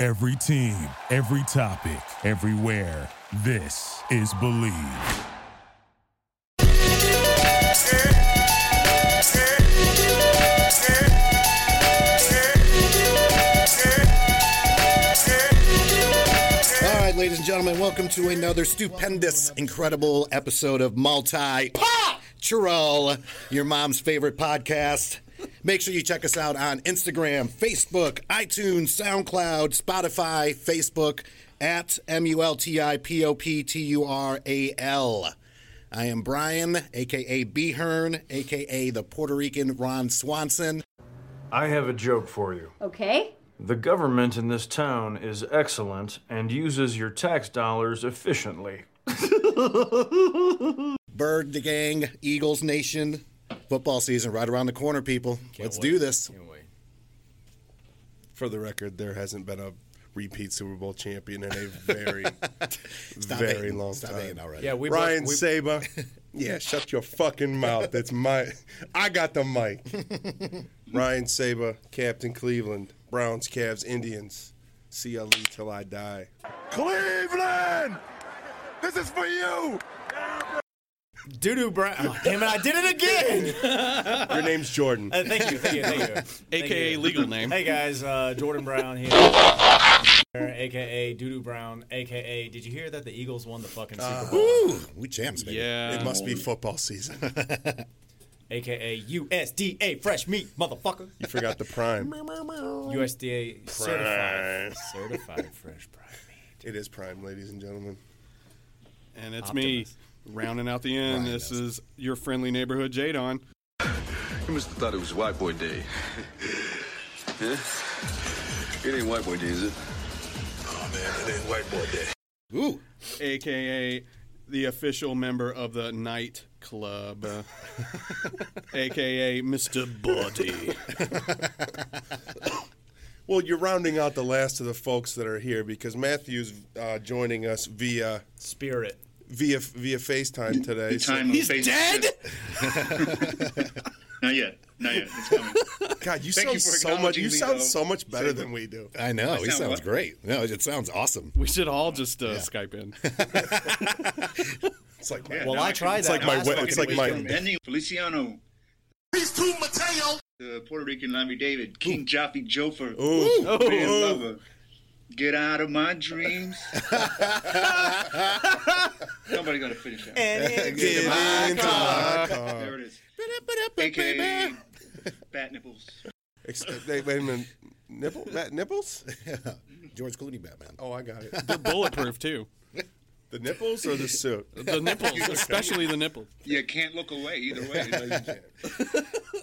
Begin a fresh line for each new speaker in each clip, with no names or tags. Every team, every topic, everywhere. This is Believe.
All right, ladies and gentlemen, welcome to another stupendous, incredible episode of Multi Pa Churl, your mom's favorite podcast. Make sure you check us out on Instagram, Facebook, iTunes, SoundCloud, Spotify, Facebook at M U L T I P O P T U R A L. I am Brian, aka B Hearn, aka the Puerto Rican Ron Swanson.
I have a joke for you.
Okay.
The government in this town is excellent and uses your tax dollars efficiently.
Bird the Gang, Eagles Nation. Football season right around the corner, people. Let's do this.
For the record, there hasn't been a repeat Super Bowl champion in a very, very
hating.
long
Stop hating
time.
already.
Yeah, we both-
Ryan
we-
Saber. Yeah, shut your fucking mouth. It's my. I got the mic. Ryan Saber, Captain Cleveland, Browns, Cavs, Indians, CLE till I die. Cleveland, this is for you.
Doo doo Brown. Oh, damn it, I did it again.
Your name's Jordan.
Uh, thank you, thank you, thank you. Thank
AKA
you.
legal name.
Hey guys, uh, Jordan Brown here. AKA Doo Doo Brown. AKA, did you hear that the Eagles won the fucking
Uh,
Super Bowl?
Ooh, we jams, baby.
Yeah.
It must be football season.
AKA USDA fresh meat, motherfucker.
You forgot the prime.
USDA certified, certified fresh prime meat.
It is prime, ladies and gentlemen.
And it's me rounding out the end. this is your friendly neighborhood Jadon.
You must have thought it was White Boy Day. Huh? It ain't White Boy Day, is it? Oh man, it ain't White Boy Day.
Ooh.
AKA the official member of the night club. uh, AKA Mr. Body.
Well, you're rounding out the last of the folks that are here because Matthew's uh, joining us via
Spirit.
via via FaceTime today. So-
time
He's
on Facebook.
dead?
Not yet. Not yet. It's coming.
God, you
Thank
sound
you for
so much.
acknowledging uh,
You
me,
sound
though.
so much better than we do.
I know. he
sound
sounds
what?
great. No, it sounds awesome.
We should all just uh, Skype in.
It's like my,
Well, I tried
it's
that.
like my
last
wet-
fucking
it's like
week.
my-
From Benny Feliciano. He's too Mateo. The Puerto Rican Lammy David, King Joffy Jofer.
Ooh.
Man lover. Get out of my dreams. Somebody gotta finish that.
Get into my car.
There it is. AKA Bat Nipples.
Ex- they- Wait a minute. Nipple? That nipples?
George Clooney Batman.
Oh, I got it.
They're bulletproof too.
The nipples or the suit?
The nipples, especially the nipples.
You can't look away either way. Like,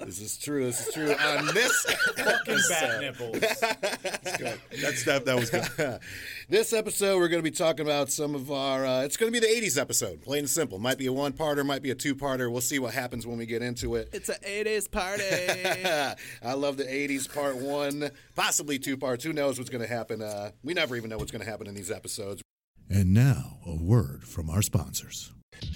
This is true. This is true. On this
Fucking bat nipples.
That's that. That was good.
this episode, we're going to be talking about some of our. Uh, it's going to be the '80s episode, plain and simple. Might be a one-parter, might be a two-parter. We'll see what happens when we get into it.
It's an 80s party.
I love the '80s part one, possibly two parts. Who knows what's going to happen? Uh, we never even know what's going to happen in these episodes.
And now, a word from our sponsors.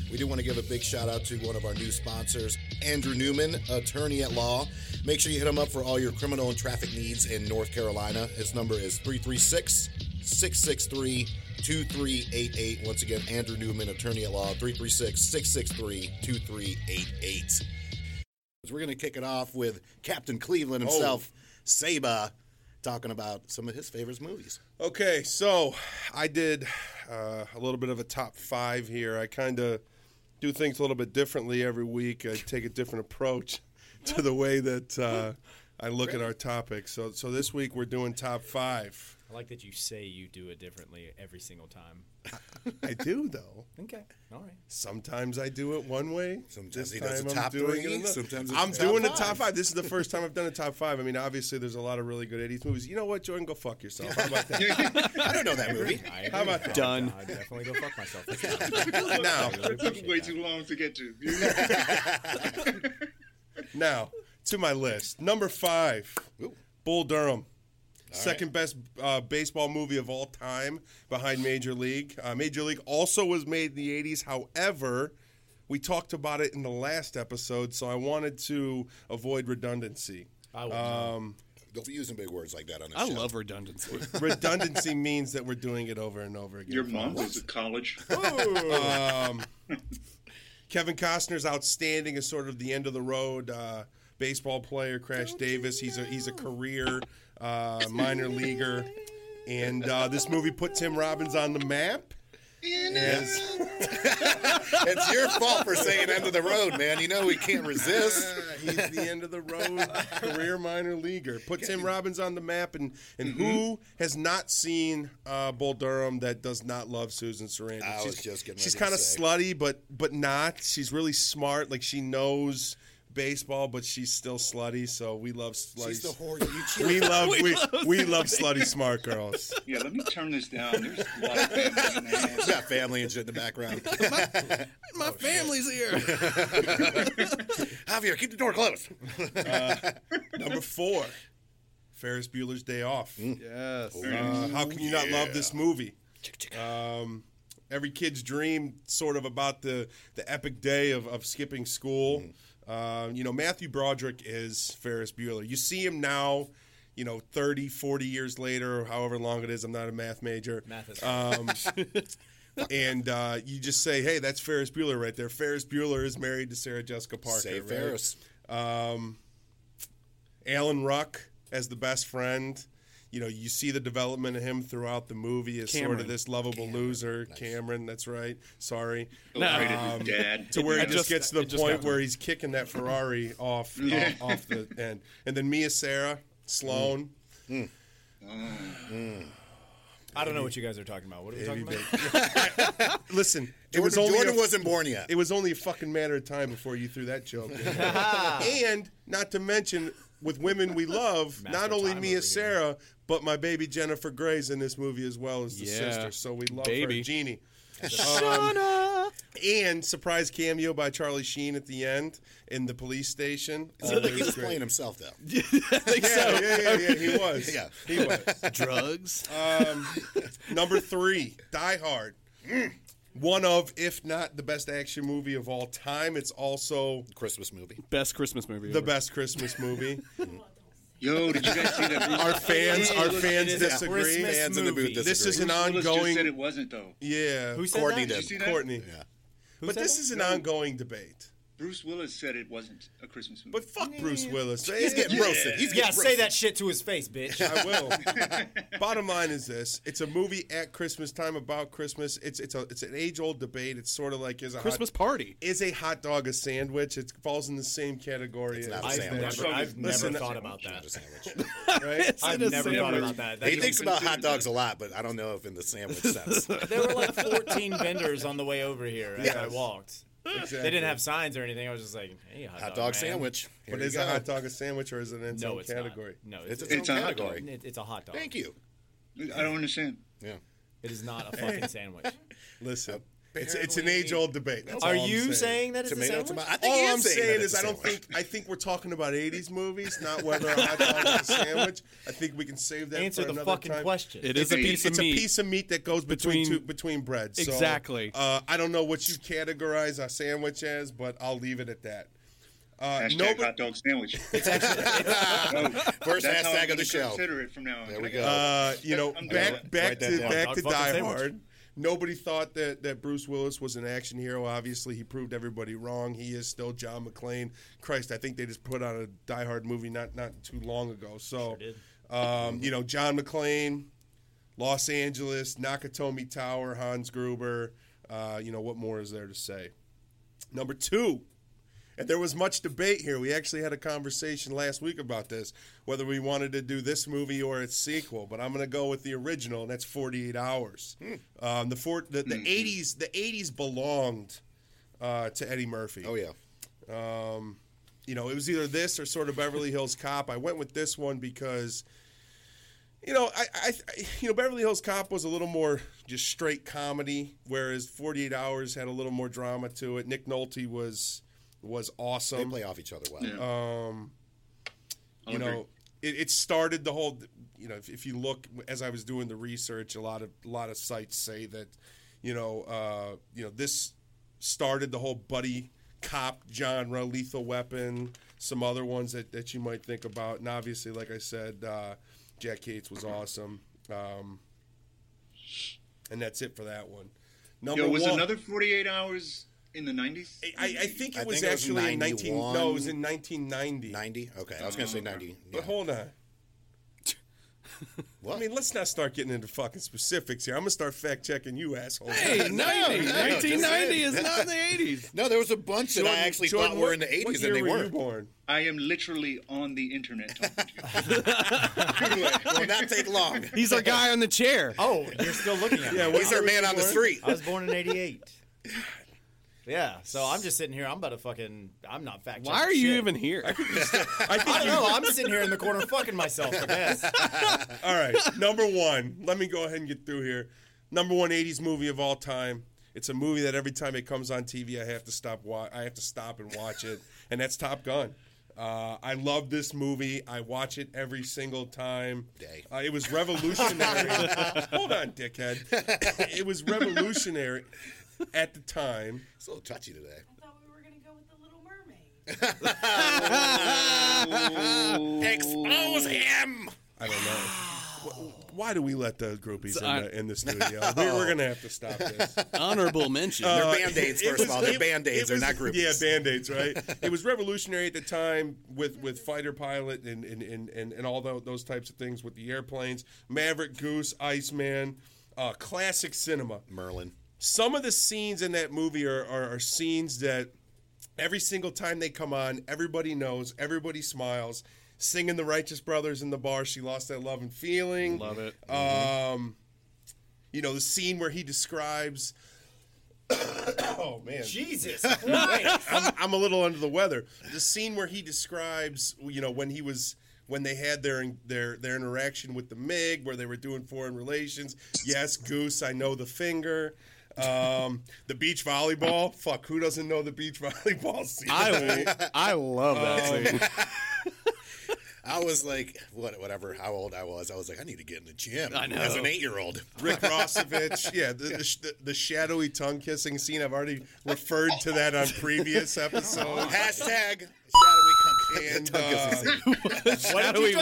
We do want to give a big shout out to one of our new sponsors, Andrew Newman, attorney at law. Make sure you hit him up for all your criminal and traffic needs in North Carolina. His number is 336 663 2388. Once again, Andrew Newman, attorney at law, 336 663 2388. We're going to kick it off with Captain Cleveland himself, Saba, talking about some of his favorite movies.
Okay, so I did uh, a little bit of a top five here. I kind of do things a little bit differently every week. I take a different approach to the way that uh, I look at our topics. So, so this week we're doing top five.
I like that you say you do it differently every single time.
I do though.
Okay. All right.
Sometimes I do it one way.
Sometimes
This
he does
time
the
I'm
top
doing
three,
it another-
sometimes it's
I'm
the top
doing
five.
the top five. This is the first time I've done a top five. I mean, obviously, there's a lot of really good '80s movies. You know what, Jordan? Go fuck yourself. How about that?
I don't know that movie.
How about that?
Done.
I'd definitely go fuck myself.
Now,
it took way too long to get to.
Now, to my list. Number five, Bull Durham. Second best uh, baseball movie of all time behind Major League. Uh, Major League also was made in the 80s. However, we talked about it in the last episode, so I wanted to avoid redundancy.
I would.
Um,
Don't be using big words like that on this
I
show.
love redundancy.
Redundancy means that we're doing it over and over again.
Your mom was at college.
Kevin Costner's outstanding is sort of the end of the road uh, baseball player. Crash Davis, he's a he's a career uh, minor leaguer, and uh, this movie put Tim Robbins on the map. As,
It's your fault for saying end of the road, man. You know we can't resist.
he's the end of the road career minor leaguer. Put Tim Robbins on the map, and and
Mm-hmm.
who has not seen uh, Bull Durham that does not love Susan Sarandon?
I was just getting
She's
ready
kind
to
of
say.
slutty, but but not. She's really smart. Like she knows baseball, but she's still slutty. So we love slutty.
She's the whore you cheer
we love we, we, love slutty smart girls.
yeah, let me turn this down. There's a lot of families in the house.
Got family and shit in the background.
My family's here.
Javier, keep the door closed.
Number four, Ferris Bueller's Day Off.
yes.
Uh, how can you not love this movie? Um, every kid's dream, sort of about the the epic day of, of skipping school.
Mm.
Um, you know, Matthew Broderick is Ferris Bueller. You see him now, you know, 30, 40 years later, or however long it is. I'm not a math major.
Math is-
Um, and uh, you just say, hey, that's Ferris Bueller right there. Ferris Bueller is married to Sarah Jessica Parker.
Say
right?
Ferris.
Alan Ruck as the best friend. You know, you see the development of him throughout the movie as sort of
Cameron.
this lovable loser, Cameron. That's right. Sorry,
Overrated dad.
to where he just,
just-
gets to the
it just
point
got
where he's kicking that Ferrari off, off off the end, and then Mia Sarah Sloan.
I don't know what you guys are talking about. What are we talking about?
Listen, it
Jordan,
was only
Jordan
a-
wasn't born yet.
it was only a fucking matter of time before you threw that joke. in. and not to mention, with women we love, not
Master
only
time
Mia
over here.
Sarah, but my baby Jennifer Grey's in this movie as well as the
Yeah.
sister. So we love her,
Baby.
Jeannie. And surprise cameo by Charlie Sheen at the end in the police station. Uh,
he was playing himself though.
yeah, yeah, yeah, yeah, he was.
Yeah.
he was.
Drugs.
Number three, Die Hard. One of, if not the best action movie of all time. It's also
Christmas movie.
Best Christmas movie.
the
ever.
best Christmas movie.
Yo, did you guys see that? Bruce-
our fans, our fans disagree.
Christmas
Fans in the booth
movie.
disagree. This is an
Bruce Willis just said
ongoing,
it wasn't though.
yeah,
Who said
Courtney
that?
did.
see that?
Courtney.
Yeah.
But
said
this
that?
is an ongoing debate.
Bruce Willis said it wasn't a Christmas movie.
But fuck Bruce Willis.
He's getting roasted. He's
Yeah,
getting
say
roasted.
that shit to his face, bitch.
I will. Bottom line is this: it's a movie at Christmas time about Christmas. It's it's a it's an age old debate. It's sort of like is a
Christmas
hot,
party.
is a hot dog a sandwich? It falls in the same category.
It's
as-
not a
I've
sandwich.
never, I've never
Listen,
thought about that.
Just sandwich.
right?
I've never thought about that. That
He
just-
thinks about hot dogs a lot, but I don't know if in the sandwich sense.
there were like 14 vendors on the way over here as I walked.
Exactly.
They didn't have signs or anything. I was just like, hey, hot,
Hot
dog
dog
man.
sandwich. Here
But
you
is
go.
a hot dog a sandwich or is it in its
No,
own
it's
category?
Not. No,
It's
it's,
its,
it's,
It's
own
a hot
category.
dog.
it's a hot dog.
Thank you.
I don't understand.
Yeah.
It is not a fucking sandwich.
Listen, it's it's an age old debate. That's
Are
all I'm
you saying.
saying
that it's
Tomato,
a sandwich?
tomato. I think he
All
is
I'm saying,
that it's
is
a
I don't
sandwich.
think I think we're talking about '80s movies, not whether a hot dog is a sandwich. I think we can save that
Answer
for
the
another
fucking
time.
question.
It is
It's
a
a-
piece
It's
of meat.
a piece of meat that goes between
Between-
two, between breads. So,
Exactly.
uh, I don't know what you categorize a sandwich as, but I'll leave it at that. Uh,
Hashtag
nobody-
hot dog sandwich. Oh,
First
that's how
hashtag
I'm
of the
gonna
show.
Consider it from now on.
There we
I
go.
got-
Uh, you know,
I'm gonna
back
write
back
that
to
down.
back
Hot
to
dog fucking
Die
sandwich.
Hard. Nobody thought that that Bruce Willis was an action hero. Obviously, he proved everybody wrong. He is still John McClane. Christ, I think they just put out a Die Hard movie not not too long ago. So, um, you know, John McClane, Los Angeles, Nakatomi Tower, Hans Gruber. Uh, you know, what more is there to say? Number two, and there was much debate here. We actually had a conversation last week about this, whether we wanted to do this movie or its sequel. But I'm going to go with the original, and that's 48 Hours. Um, the, four, the the 80s the 80s belonged uh, to Eddie Murphy.
Oh yeah.
You know, it was either this or sort of Beverly Hills Cop. I went with this one because. You know, I, I, I- you know, Beverly Hills Cop was a little more just straight comedy, whereas Forty Eight Hours had a little more drama to it. Nick Nolte was was awesome.
They play off each other well.
I'll
you
agree.
know it, it started the whole you know if, if you look as i was doing the research a lot of a lot of sites say that you know uh you know this started the whole buddy cop genre lethal weapon some other ones that, that you might think about. And obviously, like I said, uh, Jack Cates was awesome. Um, and that's it for that one. Number
Yo, was
one,
another 48 hours in the 90s?
I, I I think
I
it was
think it was
actually in 19. No, it was
91.
in 1990.
90? Okay, I was going to say 90.
But
yeah.
hold on.
What?
I mean, let's not start getting into fucking specifics here. I'm gonna start fact checking you, asshole.
Hey, 90,
no,
1990 is not the 80s.
no, there was a bunch that I actually thought were in the 80s
what year
and they
were You
weren't.
born?
I am literally on the internet talking to you.
Will not take long.
He's our guy on the chair.
Oh, you're still looking at me.
Yeah, what
He's our
year
man
were
on
you
the
born?
street.
I was born in '88. Yeah, so I'm just sitting here. I'm about to fucking. I'm not fact.
Why are you even here?
I think
I don't know. I'm sitting here in the corner fucking myself. I guess.
All right, number one. Let me go ahead and get through here. Number one 80s movie of all time. It's a movie that every time it comes on TV, I have to stop. Wa- I have to stop and watch it, and that's Top Gun. Uh, I love this movie. I watch it every single time.
Day.
Uh, it was revolutionary. Hold on, dickhead. It was revolutionary at the time.
It's a little touchy today.
thought we were going to go with the Little Mermaid.
Expose him!
I don't know. Wh- Why do we let the groupies in
I-
the, in the studio? We're, we're gonna have to stop this.
Honorable mention.
They're band aids,
It
first of
was-
all. They're
it-
band
it
aids. They're
was-
not groupies.
Yeah, band aids, right? it was revolutionary at the time with, with fighter pilot and, and, and, and, and all tho- those types of things with the airplanes. Maverick, Goose, Iceman, uh, classic cinema.
Merlin.
Some of the scenes in that movie are, are, are scenes that every single time they come on, everybody knows, everybody smiles. Singing the Righteous Brothers in the bar, she lost that love and feeling.
Love it.
You know, the scene where he describes. oh, man.
Jesus.
I'm, I'm a little under the weather. The scene where he describes, you know, when he was when they had their their their interaction with the MiG, where they were doing foreign relations. Yes, goose, I know the finger. Um, the beach volleyball. Fuck, who doesn't know the beach volleyball scene?
I, I love that scene.
I was like, what, whatever, how old I was. I was like, I need to get in the gym.
I know.
As an eight year old.
Rick Rossovich, yeah, the, the, sh- the, the shadowy tongue kissing scene. I've already referred to that on previous episodes.
Hashtag shadowy
And,
country.
uh,
What did you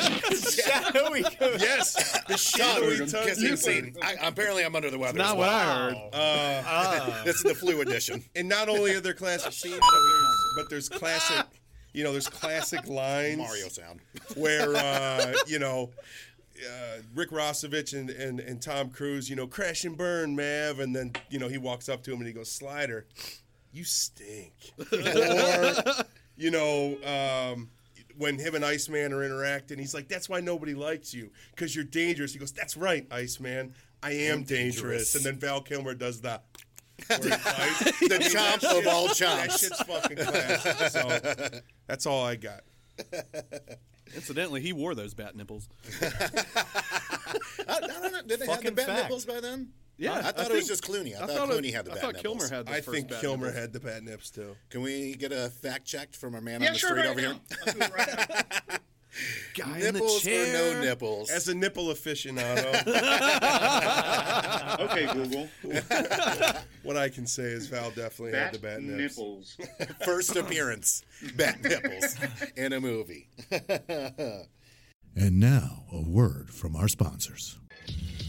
just say? Shadowy.
yes, the shadowy tongue
kissing
kissing
scene. I, apparently, I'm under the weather.
Not
as
what
well.
I heard.
This is the flu edition.
and not only are there classic scenes, but there's, but there's classic, you know, there's classic lines
Mario sound.
where uh, you know uh, Rick Rossovich and, and and Tom Cruise, you know, crash and burn, Mav, and then you know he walks up to him and he goes, "Slider, you stink," or you know. Um, when him and Iceman are interacting, he's like, "That's why nobody likes you, because you're dangerous." He goes, "That's right, Iceman, I am dangerous."
dangerous.
And then Val Kilmer does the, where he bites.
The chomp of all
That
chomps.
shit's fucking classic. So that's all I got.
Incidentally, he wore those bat nipples.
I, I don't know. Did they have the
Fucking
bat
fact.
nipples by then?
Yeah,
I, thought it was
think-
just Clooney. I,
I
thought
thought it-
Clooney had the
I
bat
thought
nipples.
Kilmer had the
I
first
think
bat
Kilmer
nipples.
had the bat nips too.
Can we get a fact checked from our man
yeah,
on the
sure,
street
right
over
now. I'll do it right now.
guy
here? Nipples
in
or
the chair.
no nipples?
As a nipple aficionado,
Okay, Google.
what I can say is Val definitely had
Bat
the bat nips.
nipples.
First appearance, bat nipples in a movie.
And now, a word from our sponsors.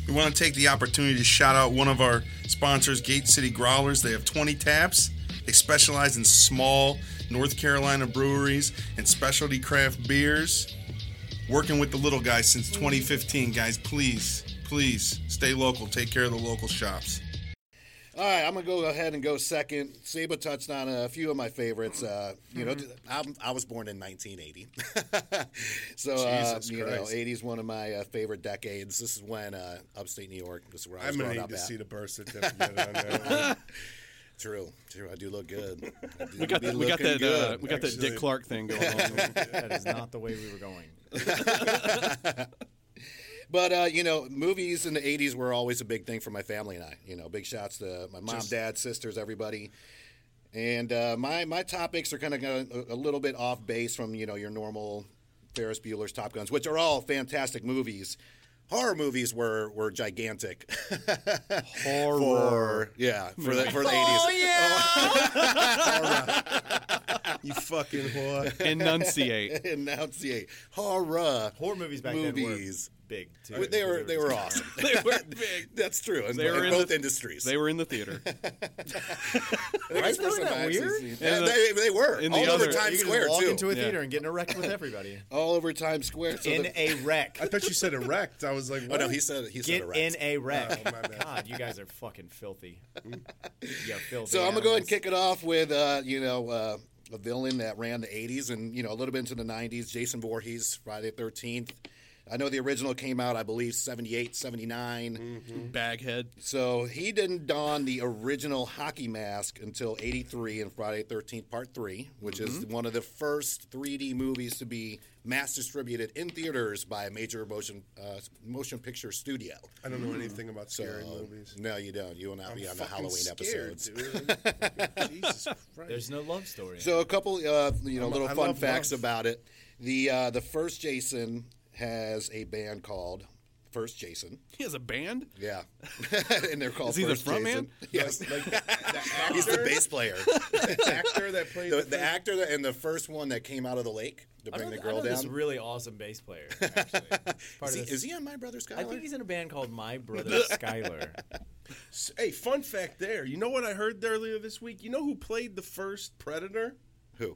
We want to take the opportunity to shout out one of our sponsors, Gate City Growlers. They have 20 taps. They specialize in small North Carolina breweries and specialty craft beers. Working with the little guys since 2015. Guys, please, please stay local. Take care of the local shops.
All right, I'm gonna go ahead and go second. Saba touched on a few of my favorites. Uh, you know, I'm, I was born in 1980, so uh,
Jesus
you know,
Christ.
80s one of my uh, favorite decades. This is when uh, upstate New York. This is where I was
I'm going
growing
to
up
need to
at.
see the birth certificate on that.
True, true. I do look good. I do
We got
be
that. We got
looking
that. Uh,
good.
we got that Dick
actually.
Clark thing going on.
That is not the way we were going.
But uh, you know, movies in the '80s were always a big thing for my family and I. You know, big shouts to my mom, dad, sisters, everybody. And uh, my my topics are kind of a, a little bit off base from you know your normal Ferris Bueller's Top Guns, which are all fantastic movies. Horror movies were were gigantic.
Oh,
Oh, Horror, yeah, for the for the '80s.
yeah.
you fucking whore.
Enunciate.
Enunciate. Horror.
Horror movies back then were
movies.
big too.
Well, They were they were awesome.
they were big.
That's true. In,
They were
in
in
both
the-
industries.
They were in the theater.
right?
really
Person
that
I've actually
weird?
seen.
Yeah,
Yeah, they, they were
in the
all over
other-
You
Times
could
Square
just walk
too.
into a theater and get in a wreck with everybody.
all over Times Square. So
in
the-
a wreck.
I thought you said erect. I was like,
oh
what?
no, he said he said
Get
it right.
in a wreck.
Oh, my bad.
God, you guys are fucking filthy. Yeah, filthy.
So I'm gonna go ahead and
animals.
kick it off with uh, you know uh, a villain that ran the '80s and you know a little bit into the '90s. Jason Voorhees, Friday the 13th. I know the original came out, I believe, 78, 79.
Baghead.
So he didn't don the original hockey mask until 83 in Friday the 13th Part 3, which is
Mm-hmm.
one of the first 3D movies to be mass distributed in theaters by a major motion uh, motion picture studio.
I don't know anything about scary
So,
movies.
No, you don't. You will not be on the
Fucking
Halloween
scared,
episodes.
dude. Jesus Christ.
There's no love story.
So a couple, uh, you know, little
I
fun
love
facts
love.
about it. The uh, the first Jason has a band called First Jason.
He has a band.
Yeah, and they're called
Is he the
First
front
Jason.
man?
Yes,
Like, the
he's the
actor-
bass player.
the actor that played
the, the actor that, and the first one that came out of the lake to
I
bring
know,
the
I
girl
know
down.
This really awesome bass player. Actually,
is,
Part of
he,
this-
is he on My Brother Skylar?
I think he's in a band called My Brother Skyler.
Hey, fun fact there. You know what I heard earlier this week? You know who played the first Predator?
Who?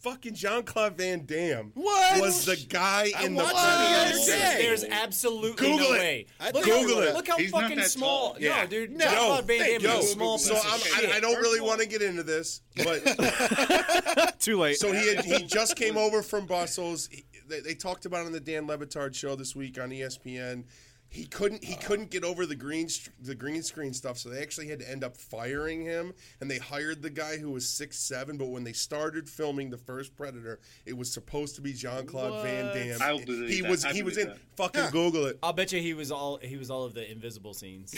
Fucking John Claude Van Damme.
What?
Was the guy in the
watched
Predator?
it the other
movie.
day.
There's absolutely
Google
no
it.
way.
I
Look
Google
how,
it.
Look how
He's not
fucking
that
small.
tall.
Yeah.
No, dude.
No.
John Claude Van Damme
Yo,
is a small
so
piece
I'm,
of shit.
I, I don't really want to get into this, but
Too late.
so he had, he just came over from Brussels. He- they, they talked about it on the Dan Levitard show this week on E ESPN. He couldn't he couldn't get over the green str- the green screen stuff, so they actually had to end up firing him. And they hired the guy who was six seven. But when they started filming the first Predator, it was supposed to be Jean Claude Van Damme.
I'll believe
he
that.
was
I
he was in
believe that.
fucking Google it.
I'll bet you he was all he was all of the invisible scenes.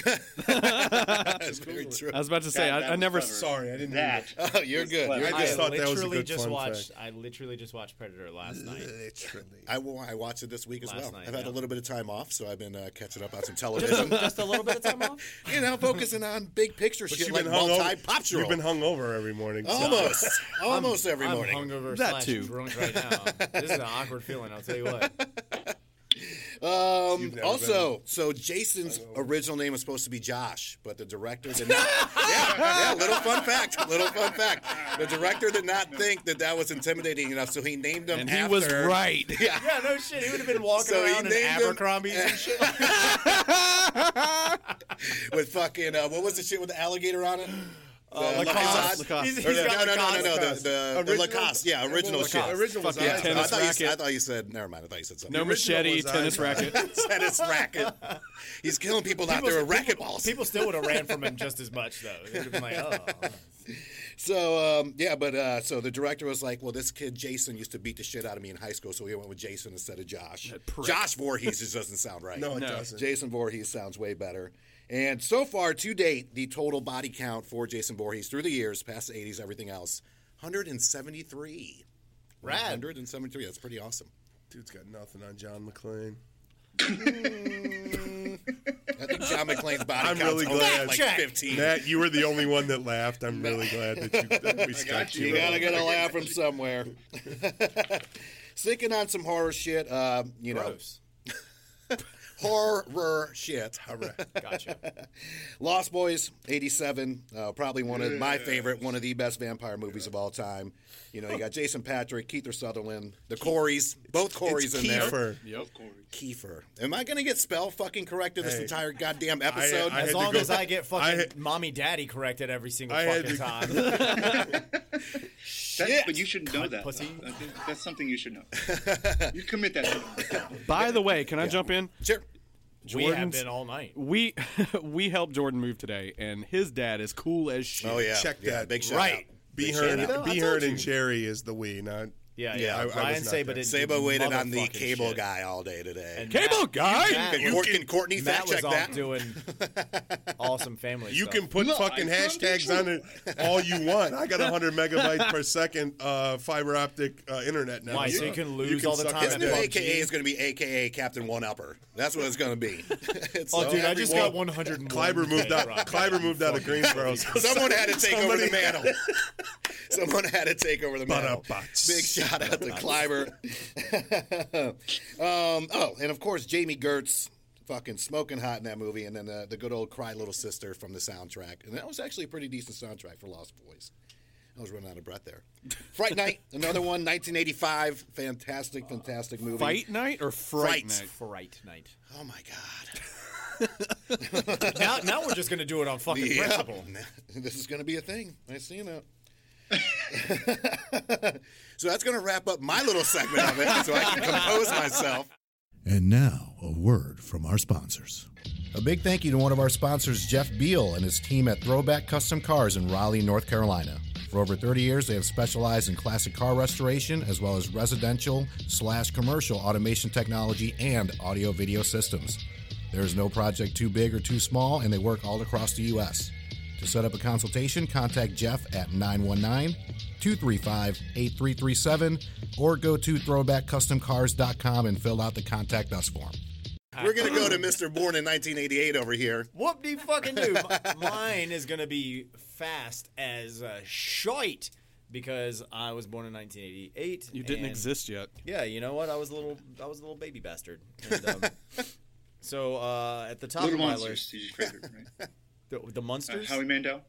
That's very true.
I was about to say
That-
I,
that
I
was
never.
clever.
Sorry, I didn't mean
That.
Oh, you're good. You're
I
good.
I
just thought that was a
literally
good
just
fun
watched. I literally just watched Predator last night.
Literally.
I, wa- I watched it this week as
Last
well.
night,
I've had
yeah.
a little bit of time off, so I've been uh, catching up on some television.
Just a little bit of time off.
you know, focusing on big picture
But
shit
you've
like
been hungover-
multi poptural.
You've been hungover every morning. so-
almost, almost every
I'm
morning.
hungover
That
slash
too.
drunk right now. This is an awkward feeling. I'll tell you what.
Um,
Um,
You've never
also, so Jason's original name was supposed to be Josh, but the director did not. yeah, yeah, little fun fact. Little fun fact. The director did not think that that was intimidating enough, so he named him
And he
after.
was right.
Yeah, no shit. He would have been walking
So he
around in
named him-
Abercrombies and shit.
with fucking uh, what was the shit with the alligator on it? The
Lacoste.
Lacoste.
Lacoste.
He's, he's
Or the-
got
no, no, no, no,
Lacoste.
no, the, the, the
Original-
Lacoste, yeah, original
Well,
shit.
Original was
Fucking
Oz.
Yeah, I,
tennis
thought you, s- I
racket.
thought you said. Never mind. I thought you said something.
No machete,
was I-
tennis racket.
tennis racket. He's killing people out there with racquetballs.
People still would have ran from him just as much though. They would have been like, oh.
So um, yeah, but uh, so the director was like, "Well, this kid Jason used to beat the shit out of me in high school, so we went with Jason instead of Josh. Josh Voorhees just doesn't sound right.
No, it doesn't.
Jason Voorhees sounds way better. And so far to date, the total body count for Jason Voorhees through the years, past the '80s, everything else, 173. Rad. 173. That's pretty awesome.
Dude's got nothing on John McClane.
I think John McClane's body
I'm
count's
really
only
glad.
like
Fact check.
15.
Matt, you were the only one that laughed. I'm really glad that you that we stuck
you.
to
You gotta
it.
get a laugh from somewhere. Sticking on some horror shit, uh, you know,
Gross.
horror shit.
Gotcha.
Lost Boys, 87, uh, probably one of my favorite, one of the best vampire movies of all time. You know, you got Jason Patrick, Keith Sutherland, the Coreys, both Coreys in there.
Kiefer.
Yep.
Kiefer. Am I going to get spell fucking corrected this
Hey.
entire goddamn episode?
I
As
had to
long
go-
as I get fucking
I had-
mommy daddy corrected every single
I had
fucking
to-
time.
That, but you should know that.
pussy.
though. I think That's something you should know. You commit that. to them.
By the way, can I jump in?
sure.
we have
Jordan's-
been all night.
We we helped Jordan move today, and his dad is cool as shit.
Oh, yeah.
Check
yeah,
that.
Big shout
Right.
out.
Be
Big
heard.
shout out.
Be heard and Cherry is the we, not.
Yeah,
Yeah,
yeah.
I- I
I,
was
Ryan
not
Saban
there.
did
Sabo waited on the
motherfucking
cable
shit.
guy all day today.
And
Cable
Matt-
guy.
Matt
Can
was-
Cor- can Courtney
Matt
fact
was
check
off
that?
doing awesome family
You
stuff.
can put
No,
fucking
I found
hashtags
it.
on it all you want. I got 100 megabytes per second uh, fiber optic uh, internet now.
Why, so you can lose all the
suck
time
it
His
at
new
down.
PUBG.
AKA is going to be AKA Captain One Upper. That's what it's going to be. It's
Oh,
like
dude, I
every
just
wall-
got 101.
Kleiber moved
today,
out.
Rob.
Kleiber moved out of Greensboro.
Someone had to take over the
Somebody-
mantle. Someone had to take over the mantle.
Ba-da-bots.
Big shout out to Clyber. um, oh, and of course Jamie Gertz, fucking smoking hot in that movie, and then the, the good old "Cry Little Sister" from the soundtrack, and that was actually a pretty decent soundtrack for Lost Boys. I was running out of breath there. Fright Night, another one, 1985, fantastic, fantastic movie.
Fight night or fright,
Fright.
Fright
night?
night.
Oh my god.
now, now we're just gonna do it on fucking
Yeah.
principle.
This is going to be a thing. I see that. so that's going to wrap up my little segment of it so I can compose myself.
And now, a word from our sponsors.
A big thank you to one of our sponsors, Jeff Beal, and his team at Throwback Custom Cars in Raleigh, North Carolina. For over 30 years, they have specialized in classic car restoration as well as residential slash commercial automation technology and audio video systems. There is no project too big or too small, and they work all across the U.S. To set up a consultation, contact Jeff at 919 235 8337 or go to throwbackcustomcars.com and fill out the contact us form. We're going to go to Mr. Born in 1988 over here.
Whoop de fucking do. M- Mine is gonna be fast as uh, shite because I was born in 1988.
You didn't
and-
exist yet.
Yeah, you know what? I was a little. I was a little baby bastard. And, um, so uh, at the top
Little
of my
Monsters. Did you favorite, right?
list, the, the
Uh,
monsters.
Howie Mandel.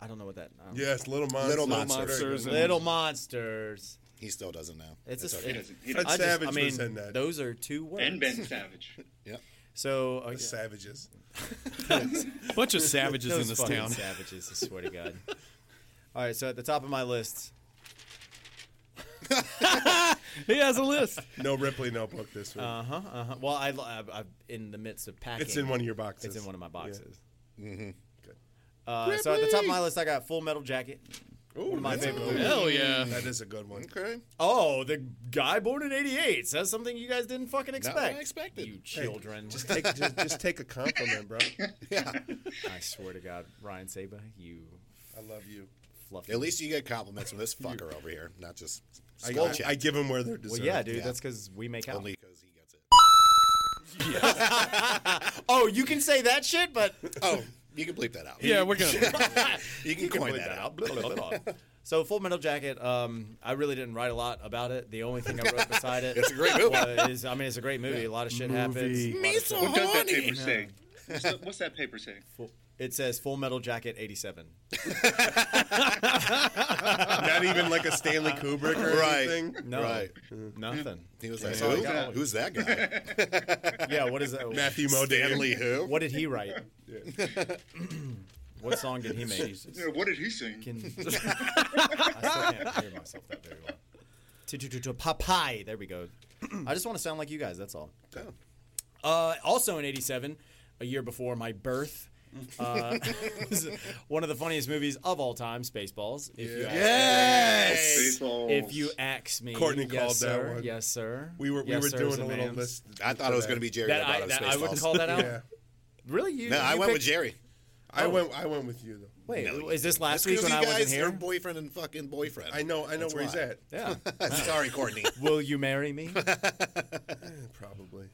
I don't know what that. I don't know.
Yes, Little Monster.
Little Monster.
Monsters and-
Little monsters.
He still doesn't know.
It's
That's
a,
okay.
He
it-
doesn't. He
Fred
doesn't.
I just, I
Savage
mean,
was in that.
those are two words.
And Ben Savage.
Yep.
So uh,
The Savages.
Bunch of savages
Those
in this
fucking
town.
Savages, I swear to God. All right, so at the top of my list,
He has a list.
No Ripley notebook this week.
uh huh, uh huh. Well, I, I, I'm in the midst of packing.
it's in one of your boxes. Mm-hmm.
It's in one of my boxes.
Good.
Uh, so at the top of my list, I got Full Metal Jacket.
Ooh,
of my
that's a
favorite
good one.
Hell yeah.
That is a good one.
Okay.
Oh, the guy born in '88 says something you guys didn't fucking expect.
what I expected.
You children.
Just take, just, just take a compliment, bro.
I swear to God, Ryan Saba, you
I love you.
fluffy.
At least you get compliments from this fucker over here, not just
I,
skull
I-
check.
I give them where they're
Well,
deserved.
yeah, dude,
Yeah.
that's because we make out.
only because he gets it.
oh, you can say that shit, but
Oh, you can bleep that out.
Yeah, we're gonna.
you can coin that, out.
So Full Metal Jacket, um, I really didn't write a lot about it. The only thing I wrote beside it
It's a great movie.
was, I mean, it's a great movie. A lot of shit happens. A lot of stuff.
What does that paper say? What's that, what's that paper say?
It says Full Metal Jacket '87.
Not even like a Stanley Kubrick or
Right.
anything.
No,
Right.
nothing.
He was like,
Yeah.
who?
Yeah.
Who's that guy?
Yeah, what is that?
Matthew Modine.
Stanley who?
What did he write? what song did he make?
Yeah, what did he sing?
Can- I still can't hear myself that very well. Tu-tu-tu-tu, Popeye. There we go. I just want to sound like you guys. That's all. Uh, also in '87, a year before my birth. Uh, one of the funniest movies of all time, Spaceballs. If you ask,
Yes.
Baseballs.
if you ask me,
Courtney
yes,
called that
sir,
one.
Yes, sir.
We were we
Yes,
were
sirs
doing
and
a little
ma'ams.
list.
I thought it was going to be Jerry.
That
I thought
I,
it was
that I wouldn't
Spaceballs.
call that out.
Yeah.
Really? You?
No,
you
I went with
picked-
Jerry. Oh.
I went I went with you though.
Wait,
No,
is this
That's
last week
because you
when I wasn't
guys are
here?
boyfriend and fucking boyfriend.
I know I know where he's
why.
at.
Yeah.
Sorry, Courtney.
Will you marry me?
Probably.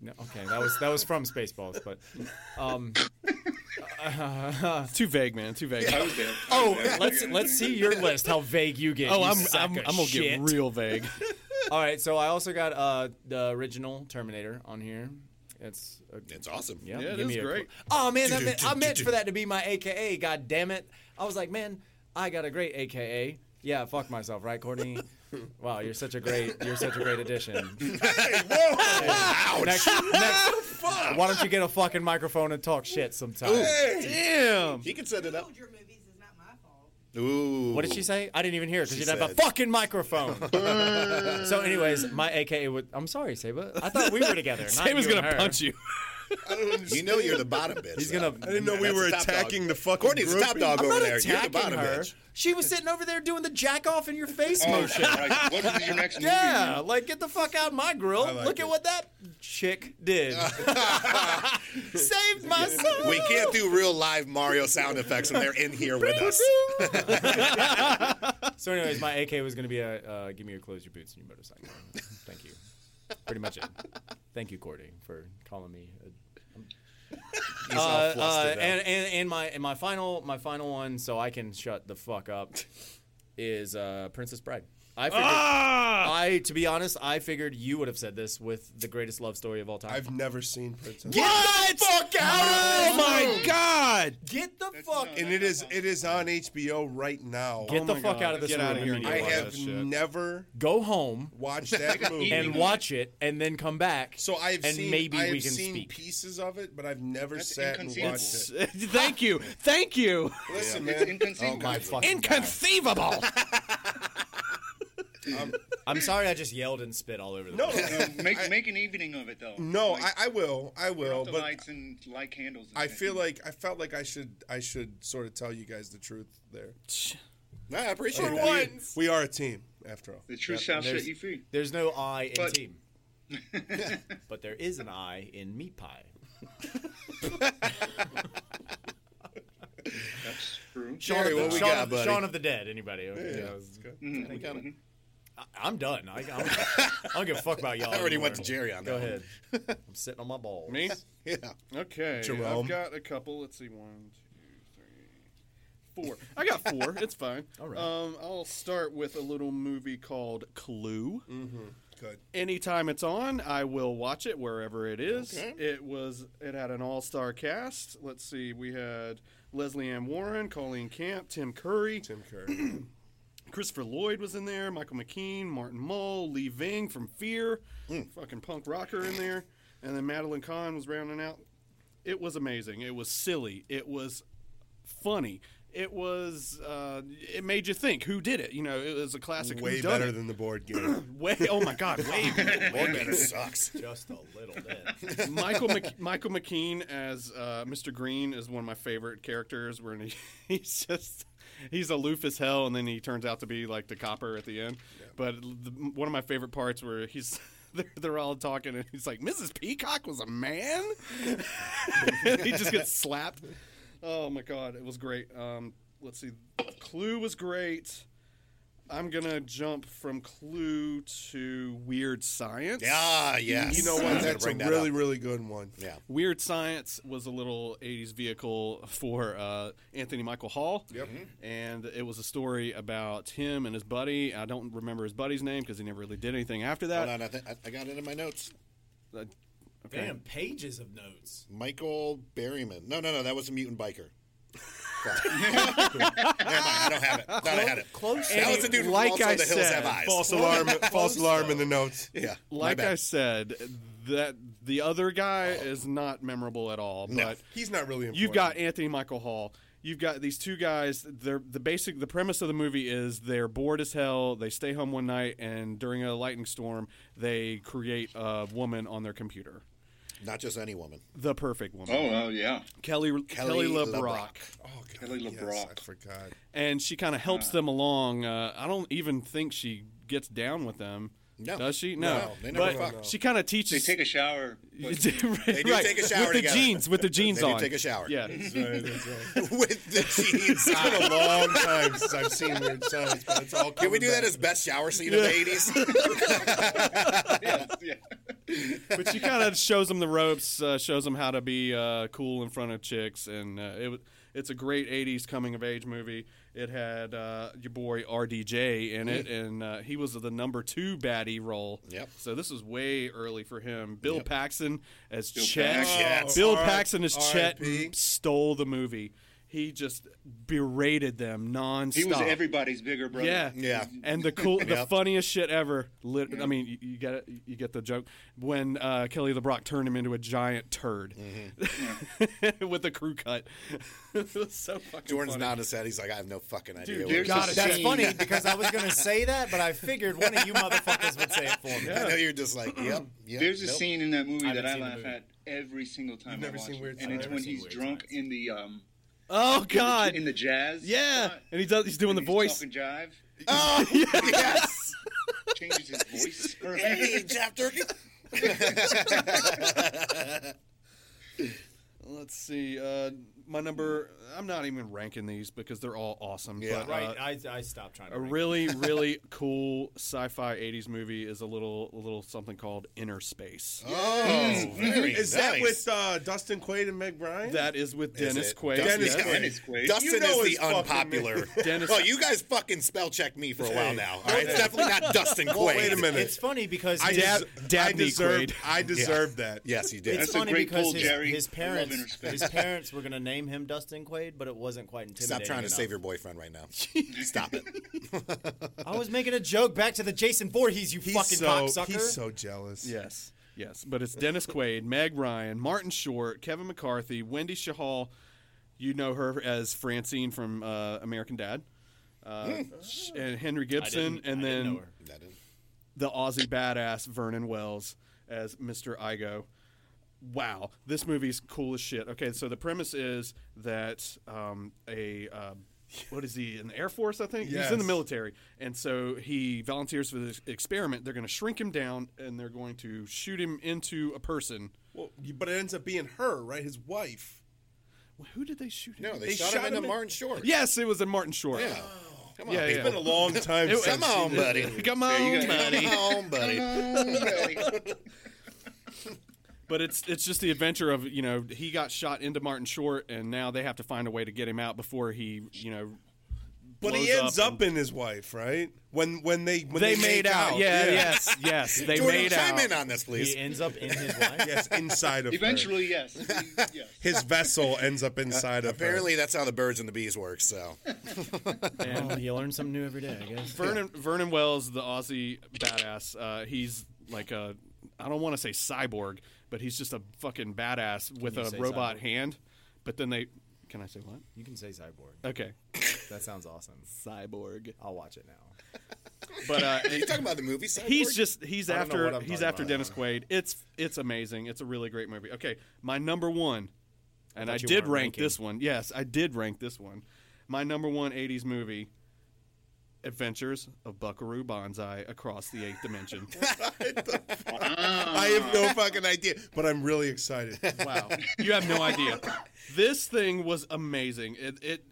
No, okay, that was that was from Spaceballs, but um,
It's too vague, man. Too vague.
I was there.
oh, let's let's see your list. How vague you get.
Oh,
you
I'm
sack
I'm,
of
I'm gonna
shit.
get real vague.
All right, so I also got uh the original Terminator on here. It's a,
It's awesome.
yeah,
Yeah, it
give
is
me a cl-
great.
oh man, that meant, I meant for that to be my AKA. God damn it! I was like, man, I got a great AKA. Yeah, fuck myself, right, Courtney? wow, you're such a great you're such a great addition.
Ouch.
Next, next, why don't you get a fucking microphone and talk shit sometime?
Damn.
He can set it up.
Told your movies is not my fault.
Ooh.
What did she say? I didn't even hear because
She
you didn't have a
said-
fucking microphone. so, anyways, my AKA would. I'm sorry, Saba. I thought we were together. not
Saban's
you and
gonna
her.
punch you.
You know you're the bottom bitch.
He's
though.
gonna.
I didn't know we
That's
were
a top dog.
attacking the fucking
Courtney's the
group.
top dog
I'm
over
not
there. You're the
attacking
bottom
her.
bitch.
She was sitting over there doing the jack off in your face
Oh,
motion.
right. Welcome to your next movie.
Yeah, like get the fuck out of my grill.
like
Look
it.
at what that chick did. Saved my son.
We can't do real live Mario sound effects when they're in here with us.
so, anyways, my AK was gonna be a uh, give me your clothes, your boots, and your motorcycle. Thank um, you. Pretty much it. Thank you, Cordy, for calling me. A, Uh, uh, and, and, and my and my final my final one, so I can shut the fuck up, is uh, Princess Bride. I figured,
Oh
I to be honest, I figured you would have said this with the greatest love story of all time.
I've never seen Princess.
Get the fuck out!
Oh my god!
Get the fuck!
and it is it is on HBO right now.
Get the
Oh my
fuck
God.
out of this
Get outta
room
here.
I
immediately.
Wow,
have
that shit.
never
Go home
watched that movie.
and watch it, and then come back.
so I've
and
seen
maybe
I have
we can
seen
speak.
pieces of it, but I've never
That's
sat and watched
inconceivable.
it.
Thank you, thank you.
Listen,
It's
man,
inconceivable.
Inconceivable.
I'm sorry, I just yelled and spit all over the
no,
place.
make, make an evening of it though.
no, I, I will, I will,
Put the
but
lights and light candles. and
I
shit.
feel like I felt like I should I should sort of tell you guys the truth there.
I appreciate that.
We are a team after all.
the truth shall set
there's-
you free.
There's no I in
But-
team. but there is an I in meat pie.
That's true.
Shaun
Jerry,
of the-
what we
Shaun
got,
of, the-
buddy?
Shaun of the Dead. Anybody? Okay. Mm-hmm. I- I'm done. I, I'm, I don't give a fuck about y'all.
I already
anymore.
went to Jerry on
Go
that.
ahead. I'm sitting on my balls.
Me?
Yeah.
Okay.
Jerome.
I've got a couple. Let's see. One, two, three, four. I got four. it's fine. All
right.
Um, I'll start with a little movie called Clue.
Good.
Anytime it's on, I will watch it wherever it is. It was. It had an all-star cast. Let's see. We had Leslie Ann Warren, Colleen Camp, Tim Curry,
Tim Curry.
Christopher Lloyd was in there, Michael McKean, Martin Mull, Lee Ving from Fear,
Mm.
fucking punk rocker in there, and then Madeline Kahn was rounding out. It was amazing. It was silly. It was funny. It was. Uh, it made you think. Who did it? You know, it was a classic.
Way
whodunit.
better than the board game.
Way. Oh my God. Way. better.
Board game sucks.
Just a little bit.
Michael Mc, Michael McKean as uh, Mr. Green is one of my favorite characters. Where he, he's just he's aloof as hell, and then he turns out to be like the copper at the end. But the, one of my favorite parts where he's. They're, they're all talking, and he's like, "Mrs. Peacock was a man." he just gets slapped. Oh my god, it was great. Um, let's see, Clue was great. I'm gonna jump from Clue to Weird Science.
Ah, yes.
you know
I was
what?
gonna
That's a
bring that
really
up.
really good one.
Yeah.
Weird Science was a little 80s vehicle for uh, Anthony Michael Hall. Yep.
Mm-hmm.
And it was a story about him and his buddy. I don't remember his buddy's name because he never really did anything after
Hold
that.
on, I, think, I, I got it in my notes.
Uh, okay.
Damn, pages of notes.
Michael Berryman. No, no, no. That was a mutant biker. Fuck. Never mind. I don't have it. Thought I had it.
Close.
That was the dude from
Like
Also
I
the Hills
said,
Have Eyes.
False alarm! false alarm in the notes.
Yeah. my
Like
bad.
I said, that the other guy is not memorable at all.
No.
But
He's not really. Important.
You've got Anthony Michael Hall. You've got these two guys. They're the basic. The premise of the movie is they're bored as hell. They stay home one night, and during a lightning storm, they create a woman on their computer,
Not just any woman.
the perfect woman,
Oh, well, yeah.
Kelly Kelly, LeBrock.
Oh, God,
Kelly
yes,
LeBrock.
I forgot.
and she kind of helps them along. Uh, I don't even think she gets down with them.
No.
Does she? No.
No, they never
but
fuck.
she kind of
They
teaches.
take a shower.
do
they
take a shower
with the
together.
jeans. With the jeans
They do
on.
take a shower.
Yeah.
With the jeans
It's
on.
been a long time since I've seen Weird Science, but it's all.
Can we do
coming
that
back.
as best shower scene of the 80s?
yeah.
but she kind of shows them the ropes, uh, shows them how to be uh, cool in front of chicks, and uh, it wa- it's a great '80s coming of age movie. It had uh, your boy RDJ in it, and uh, he was the number two baddie role.
Yep.
So this was way early for him. Bill Paxton as Chet.
Paxton.
Yes.
Bill
Oh, R-
Paxton as Chet
R.I.P..
stole the movie. He just berated them nonstop.
He was everybody's bigger brother.
Yeah,
Yeah.
And the cool, the
Yep.
funniest shit ever. Lit- I mean, you, you get it, you get the joke when uh, Kelly LeBrock turned him into a giant turd with a crew cut. it was so fucking.
Jordan's
funny.
nodding his head. He's like, I have no fucking idea. what
there's
it is.
God,
God,
a
that's
shame.
funny because I was gonna say that, but I figured one of you motherfuckers would say it for me.
I know you're just like, yep, yep.
There's a
nope.
scene in that movie
I
that
haven't
I
seen the
laugh
movie.
at every single time.
You've never
I watch
seen
it.
Weird
And
Science?
it's when
I've never seen
he's
Weird
drunk
Science.
in the um
Oh God.
in the jazz.
yeah,
spot,
and he does. He's doing the
he's
voice.
Talking jive.
Oh, yes.
Changes his voice.
hey, Jeff Turkey.
let's see. Uh, my number. I'm not even ranking these because they're all awesome.
Yeah.
but,
Right,
uh,
I- I stopped trying to
A
rank
really,
them.
really cool sci-fi '80s movie is a little, a little something called Inner Space.
Mm, mhm. is that with uh, Dustin Quaid and Meg Ryan?
That is with Dennis Quaid. Oh,
Dennis
yes.
Quaid.
Dustin
You know
is
his
the
fucking
unpopular.
name.
Dennis. Well, you guys fucking spell check me for a while now. All right, it's
Okay.
definitely not Dustin Quaid.
Well, wait a minute.
It's funny because
I
his,
dab- I deserve,
Quaid.
I deserve
Yeah.
that.
Yes, you did.
It's
That's a
funny
great
because
pull,
his,
Jerry.
his
I love
parents,
Interspace.
his parents were going to name him Dustin Quaid, but it wasn't quite intimidating.
Stop trying to
enough.
save your boyfriend right now. Stop it.
I was making a joke back to the Jason Voorhees, you fucking cocksucker.
jealous.
Yes, yes. But it's Dennis Quaid, Meg Ryan, Martin Short, Kevin McCarthy, Wendy Shahal. You know her as Francine from uh, American Dad, uh, sh- and Henry Gibson,
didn't-
and
I
then
didn't know her.
the Aussie badass Vernon Wells as Mr. Igo. Wow, this movie's cool as shit. Okay, so the premise is that um, a uh, what is he in the Air Force? I think he's in the
Yes.
military, and so he volunteers for this experiment. They're going to shrink him down, and they're going to shoot him into a person.
Well, but it ends up being her, right? His wife.
Well, who did they shoot? Him?
No, they, shot, him into Martin Short.
Yes, it was in Martin Short.
Yeah. Come on,
Yeah,
people.
yeah.
It's been a long time
It-
since.
Come on, buddy.
Come on, buddy.
Come on, buddy.
But it's it's just the adventure of you know he got shot into Martin Short and now they have to find a way to get him out before he you know.
But he
blows
ends up, in his wife, right? When when they when
They,
they
made
make
out. Yeah, yes, yes. They
Jordan,
made
chime
out.
in on this, please.
He ends up in his wife.
yes, inside of her.
Eventually, yes. Yes.
his vessel ends up inside of her.
Apparently, that's how the birds and the bees work. So,
Oh, you learn something new every day, I guess.
Vernon Vernon Wells, the Aussie badass. Uh, he's like a I don't want to say cyborg, but he's just a fucking badass with
you
a
say
robot
cyborg?
hand. But then they can I say what?
You can say cyborg.
Okay,
That sounds awesome.
cyborg.
I'll watch it now.
But uh,
you talking about the movie? Cyborg?
He's just he's
I don't know what
after
I'm
he's
talking
after
about.
Dennis Quaid. It's it's amazing. It's a really great movie. Okay, my number one, and I,
thought you weren't
did rank
ranking.
this one. Yes, I did rank this one. My number one '80s movie, Adventures of Buckaroo Banzai Across the Eighth Dimension.
I have no fucking idea, but I'm really excited.
wow, you have no idea. This thing was amazing. It it it,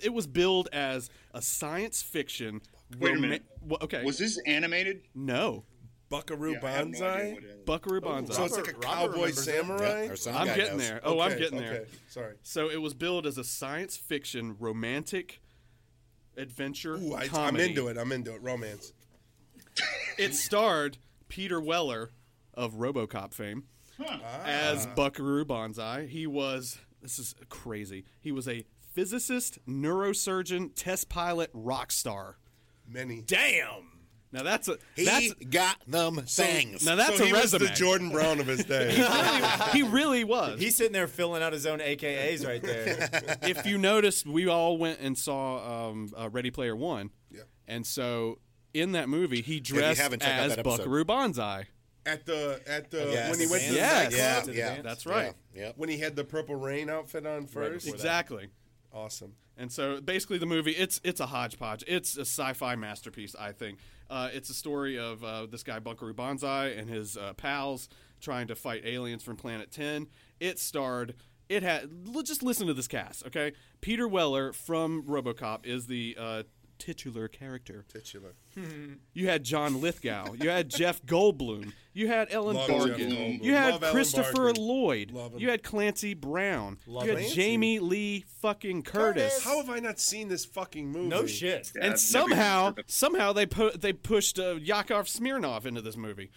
it was billed as a science fiction.
Wait a
roma-
minute.
Well, okay,
Was this animated?
no
Buckaroo
I have no idea
Banzai.
what it is.
Buckaroo Banzai?
Oh, so it's like a
Robert
cowboy
remembers it.
samurai.
Yeah, or some
I'm
guy
getting
knows.
there. Oh, I'm
Okay,
getting there.
okay, Sorry.
So it was billed as a science fiction romantic adventure
Ooh, I, I'm
comedy.
into it. I'm into it. Romance.
It starred Peter Weller of RoboCop fame as
Ah.
Buckaroo Banzai. He was this is crazy. He was a physicist, neurosurgeon, test pilot, rock star.
Many.
Damn.
Now that's a
He
that's
got them things.
now that's
so
a
he
resume.
was the Jordan Brown of his day.
he really was.
He's sitting there filling out his own AKAs right there.
if you noticed, we all went and saw um, uh, Ready Player One.
Yeah.
And so in that movie, he dressed
haven't, check out
as
that episode.
Buckaroo Banzai.
at the at the
Yes.
when he went to the
Yes.
nightclub,
yeah,
to the
yeah,
dance.
That's right.
Yeah, yep.
when he had the purple rain outfit on first.
Exactly.
Awesome.
And so basically, the movie it's it's a hodgepodge. It's a sci-fi masterpiece, I think. Uh, it's a story of uh, this guy Bunkaroo Banzai and his uh, pals trying to fight aliens from Planet Ten. It starred. It had. l- Just listen to this cast, okay? Peter Weller from RoboCop is the uh, titular character.
Titular.
You had John Lithgow. you had Jeff Goldblum. You had Ellen
Love
Barkin.
Jeff Goldblum.
You had
Love Ellen
Christopher
Barkin.
Lloyd.
Love him.
You had Clancy Brown. you had
him.
Jamie Lee fucking Curtis.
How have I not seen this fucking movie?
No shit.
Yeah,
and
I've never even
somehow,
heard of it.
somehow they put they pushed uh, Yakov Smirnov into this movie.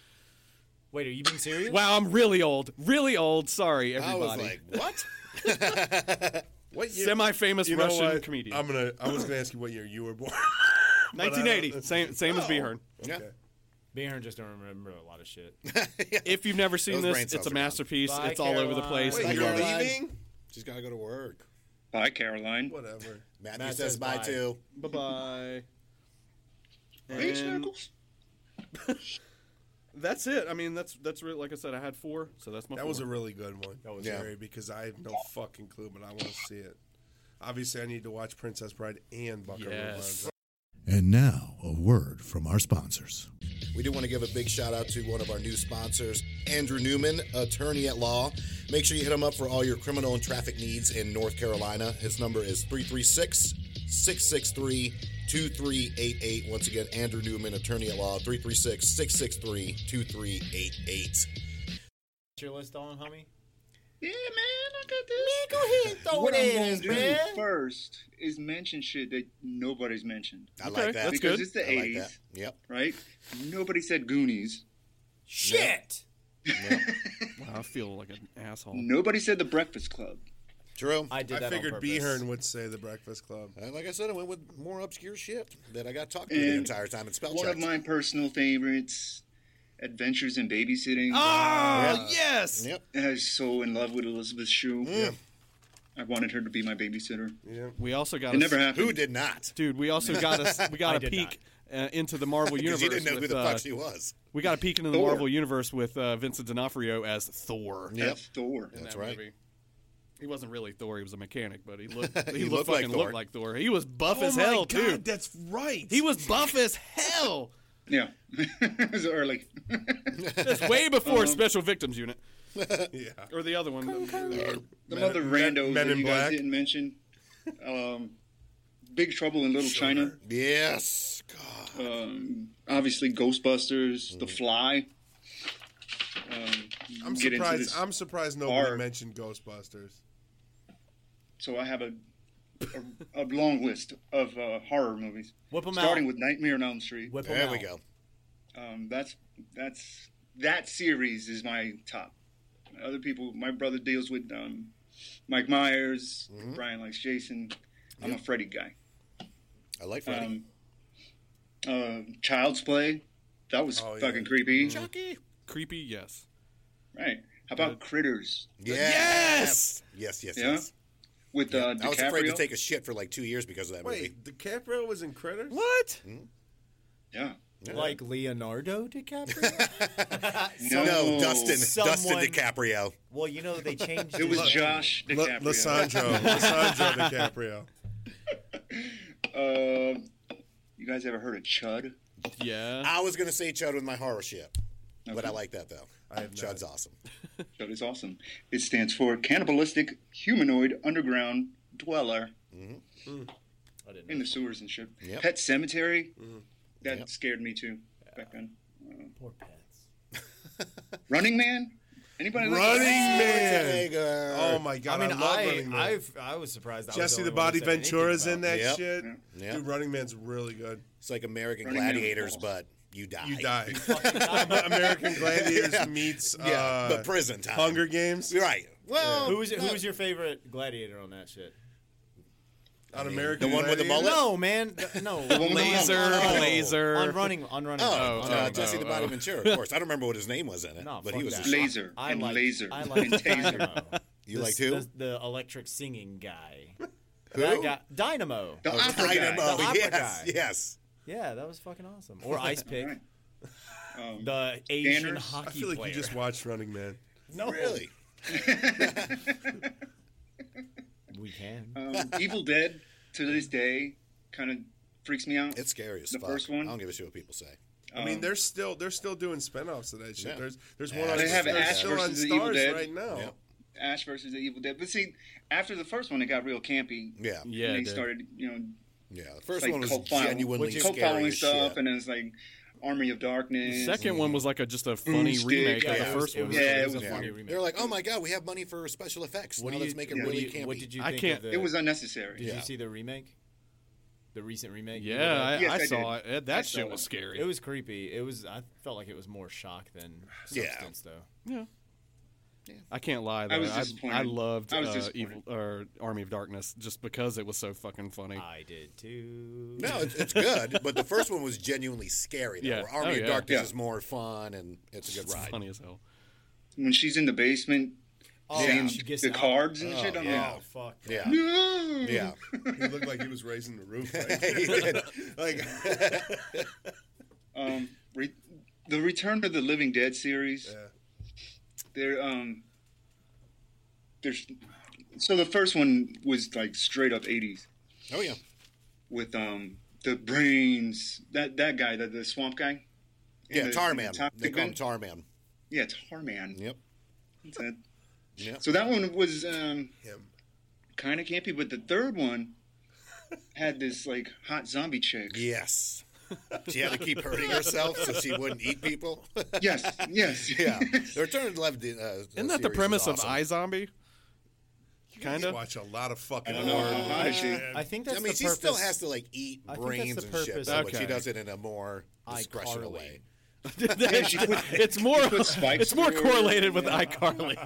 Wait, are you being serious?
Wow, I'm really old, really old. Sorry,
I
everybody.
was like, what?
What year?
Semi-famous
you know
Russian
what?
comedian,
I'm gonna. I was gonna ask you what year you were born.
1980, same same
Oh.
as Behearn.
Yeah.
Being here just don't remember a lot of shit.
If you've never seen
Those brain
this,
cells
it's a
are gone.
masterpiece.
Bye,
it's all over the
Caroline.
place.
Wait,
Like
you're
Caroline.
leaving?
She's got to go to work.
Bye, Caroline.
Whatever.
Matthew
Matt
says
says
bye
bye.
too.
Bye bye.
Hey, Snuggles.
That's it. I mean, that's that's really like I said. I had four, so that's my.
That
four.
was a really good one. That was
Yeah.
very because I have no fucking clue, but I want to see it. Obviously, I need to watch Princess Bride and Buckaroo
Yes.
Banzai.
And now, a word from our sponsors.
We do want to give a big shout out to one of our new sponsors, Andrew Newman, attorney at law. Make sure you hit him up for all your criminal and traffic needs in North Carolina. His number is 336 663 2388. Once again, Andrew Newman, attorney at law, 336 663 2388.
What's your list on, homie?
Yeah, man, I got this.
Go ahead and throw
what
it
I'm
in,
gonna
us,
do
man.
first is mention shit that nobody's mentioned.
I like that.
that's
because
good.
it's the
I like
80s,
that. Yep.
right? Nobody said Goonies.
Shit.
Wow, I feel like an asshole.
Nobody said The Breakfast Club.
True.
I did
I
that
figured
on purpose.
Behearn would say the Breakfast Club.
And Uh, like I said, I went with more obscure shit that I got talked to the
And
entire time in spell
One
check.
of my personal favorites, Adventures in Babysitting.
Ah, yes.
Yep.
I was so in love with Elizabeth Shue. I wanted her to be my babysitter.
We also got
It
a-
never happened.
Who did not?
dude. We also got us. We
I
got a
did
peek uh, into the Marvel universe.
Because you didn't know
with,
who the
uh,
fuck she was.
We got a peek into the
Thor.
Marvel universe with uh, Vincent D'Onofrio as Thor.
Yep.
That's Thor.
in
That's
that
right.
movie. He wasn't really Thor. He was a mechanic, but he looked. He,
He looked
looked,
like
fucking
Thor.
looked like Thor. He was buff as hell too.
that's right.
He was buff as hell.
Yeah. it was early.
That's way before
Uh-huh.
Special Victims Unit. yeah. Or the other one.
Some other randos
Men
that
in
you guys
Black.
didn't mention. Um, Big Trouble in Little China.
Yes. God. Mm-hmm.
Um, obviously, Ghostbusters, The Fly. Um,
I'm
get into
surprised.
this.
I'm surprised nobody
bar.
mentioned Ghostbusters.
So I have a, a, a long list of uh, horror movies.
Whip 'em
Starting
out.
with Nightmare on Elm Street.
Whip 'em
There we
out.
go.
Um, that's that's that series is my top. Other people, my brother deals with um, Mike Myers. Brian likes Jason. I'm a Freddy guy.
I like Freddy.
Um, um, Child's Play. That was
Oh, yeah.
fucking creepy.
Creepy, yes.
Right. How about Critters?
yeah.
Yes!
Yes, yes,
Yeah.
yes.
With uh, DiCaprio.
I was afraid to take a shit for like two years because of that movie.
Wait, DiCaprio was in Critters?
What?
Hmm?
yeah.
Like Leonardo DiCaprio?
No,
No, Dustin. Dustin
Someone-
DiCaprio.
well, you know they changed
It was
his name.
Josh
La-
DiCaprio.
Lissandro. Lissandro DiCaprio.
Um, you guys ever heard of Chud?
Yeah.
I was going to say Chud with my horror shit. But I like that, though. Chud's awesome.
Chud is awesome. It stands for Cannibalistic Humanoid Underground Dweller.
I didn't
in the sewers and shit.
Yep.
Pet Cemetery, that scared me too back then.
Poor pets.
Running Man, anybody? like
Running
that?
Man.
Schwarzenegger.
Oh my
I
god, I,
mean,
love Running Man.
I, I've, I was surprised. I was
Jesse the
only one who
Body
said anything
Ventura's in
about
that
it.
Yep.
shit.
Yeah.
Dude, Running Man's really good.
It's like American
Running Man with
Gladiators,
balls.
but you die.
You die. American Gladiators meets
Yeah,
uh,
but prison time.
Hunger Games.
Right. Well,
Who was who was your favorite gladiator on that shit?
On American
the one with the
Gladiators?
mullet?
No, man, th- no.
one with the
Blazer,
Oh.
Blazer.
on running, on running.
Oh,
on
uh,
running.
Jesse the Body Ventura, of course. I don't remember what his name was in it,
No,
but
fuck
he was.
that.
A sh-
Laser
I
and
like
laser
I like
and taser.
Dynamo.
you
The-
liked who?
The, the electric singing guy.
who?
That guy, Dynamo.
The
Oh,
opera guy.
Dynamo.
The opera
yes,
guy.
yes.
Yeah, that was fucking awesome. Or Ice Pick,
Right. Um,
the Asian
Scanners.
I
hockey
feel like
player.
you just watched Running Man.
no,
Really?
we
Uh,
can.
um, Evil Dead to this day kind of freaks me out.
It's scary as
The
fuck.
first one?
I don't give a shit what people say.
I mean, they're still they're still doing spinoffs of that shit.
Yeah.
There's there's one on,
They have
they're
Ash
still on
versus the Evil
stars
Dead.
right now.
Yeah.
Ash versus the Evil Dead. But see, after the first one, it got real campy.
Yeah.
And
Yeah, it
they
did.
started, you know,
Yeah, the first
like
one was
cult following,
genuinely
cult
scary
following
as
stuff,
shit.
and then it's like Army of Darkness.
The second one was like a just a funny
Boomstick.
remake
Yeah,
of the
it was-
first
it
one.
was-
Yeah, it
was a
was-
funny
Yeah.
remake.
They're like, oh my god, we have money for special effects.
What
now
do
let's
you-
make it
what do
really
you-
campy.
What did you
I
think
can't-
of the?
It was unnecessary.
Did
Yeah.
you see the remake? The recent remake.
Yeah, I,
Yes,
I
I
saw
did.
it.
I
That
saw
shit was
it.
scary.
it was creepy. It was. I felt like it was more shock than
Yeah.
substance, though.
yeah. I can't lie. Though.
I was
I,
disappointed.
I loved
I was
uh,
disappointed.
Evil or Army of Darkness just because it was so fucking funny.
I did too.
No, it's, it's good, but the first one was genuinely scary. Though,
Yeah.
where Army
Oh,
of
yeah.
Darkness
Yeah.
is more fun, and it's a good
It's
ride.
funny as hell.
When she's in the basement,
Oh,
seeing
she gets
the
out.
cards and shit, I'm
Yeah.
like,
fuck.
Yeah, yeah.
He looked like he was raising the roof. Right?
He did. Like,
um, re- the Return of the Living Dead series.
Yeah.
They're um, there's so the first one was like straight up '80s
oh yeah.
with um the brains that that guy the, the swamp guy
in
Yeah,
the- in the
Tarman.
Top
They call him
Gun.
Tarman.
Yeah, Tarman.
Yep.
That's it.
Yep.
So that one was um,
Him.
kind of campy, but the third one had this like hot zombie chick.
Yes. She had to keep hurting herself so she wouldn't eat people.
Yes, yes,
yeah. The Return of the Left. Uh,
Isn't that the premise of I Zombie? Kind of.
Watch a lot of fucking
I don't know
horror.
how high she.
I think that's
I mean,
the
she
purpose.
still has to like eat
I think that's
brains
the
and shit,
purpose
but
of
she
Okay.
does it in a more discretional
iCarly.
way.
Yeah, she put,
It's more.
put spikes
It's more
through.
correlated with iCarly.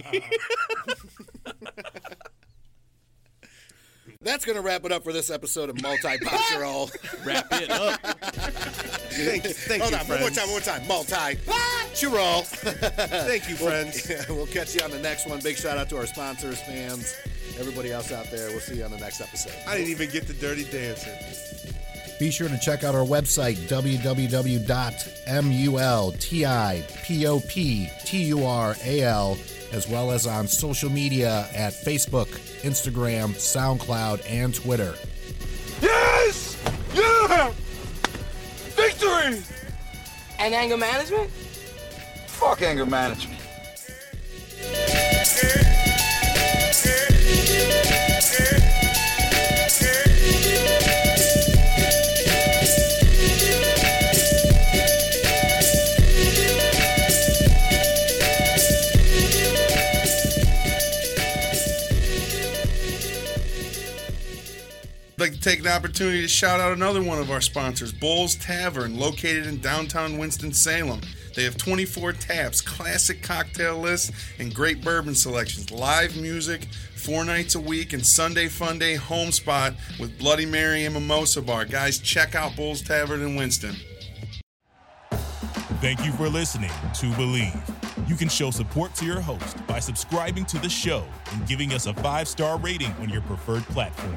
That's going to wrap it up for this episode of Multicultural.
Wrap it up.
Thank you, thank
Hold
you,
on, one more
friends.
time, one more time. Multicultural.
Thank you, friends.
we'll catch you on the next one. Big shout out to our sponsors, fans, everybody else out there. We'll see you on the next episode.
I didn't even get the dirty dancing.
Be sure to check out our website, www.multipoptural, as well as on social media at Facebook, Instagram, SoundCloud, and Twitter.
Yes! Yeah! Victory!
And anger management?
Fuck anger management.
I'd like to take an opportunity to shout out another one of our sponsors, Bowls Tavern, located in downtown Winston-Salem. They have 24 taps, classic cocktail lists, and great bourbon selections, live music, four nights a week, and Sunday Fun Day home spot with Bloody Mary and Mimosa Bar. Guys, check out Bowls Tavern in Winston.
Thank you for listening to Believe. You can show support to your host by subscribing to the show and giving us a five star rating on your preferred platform.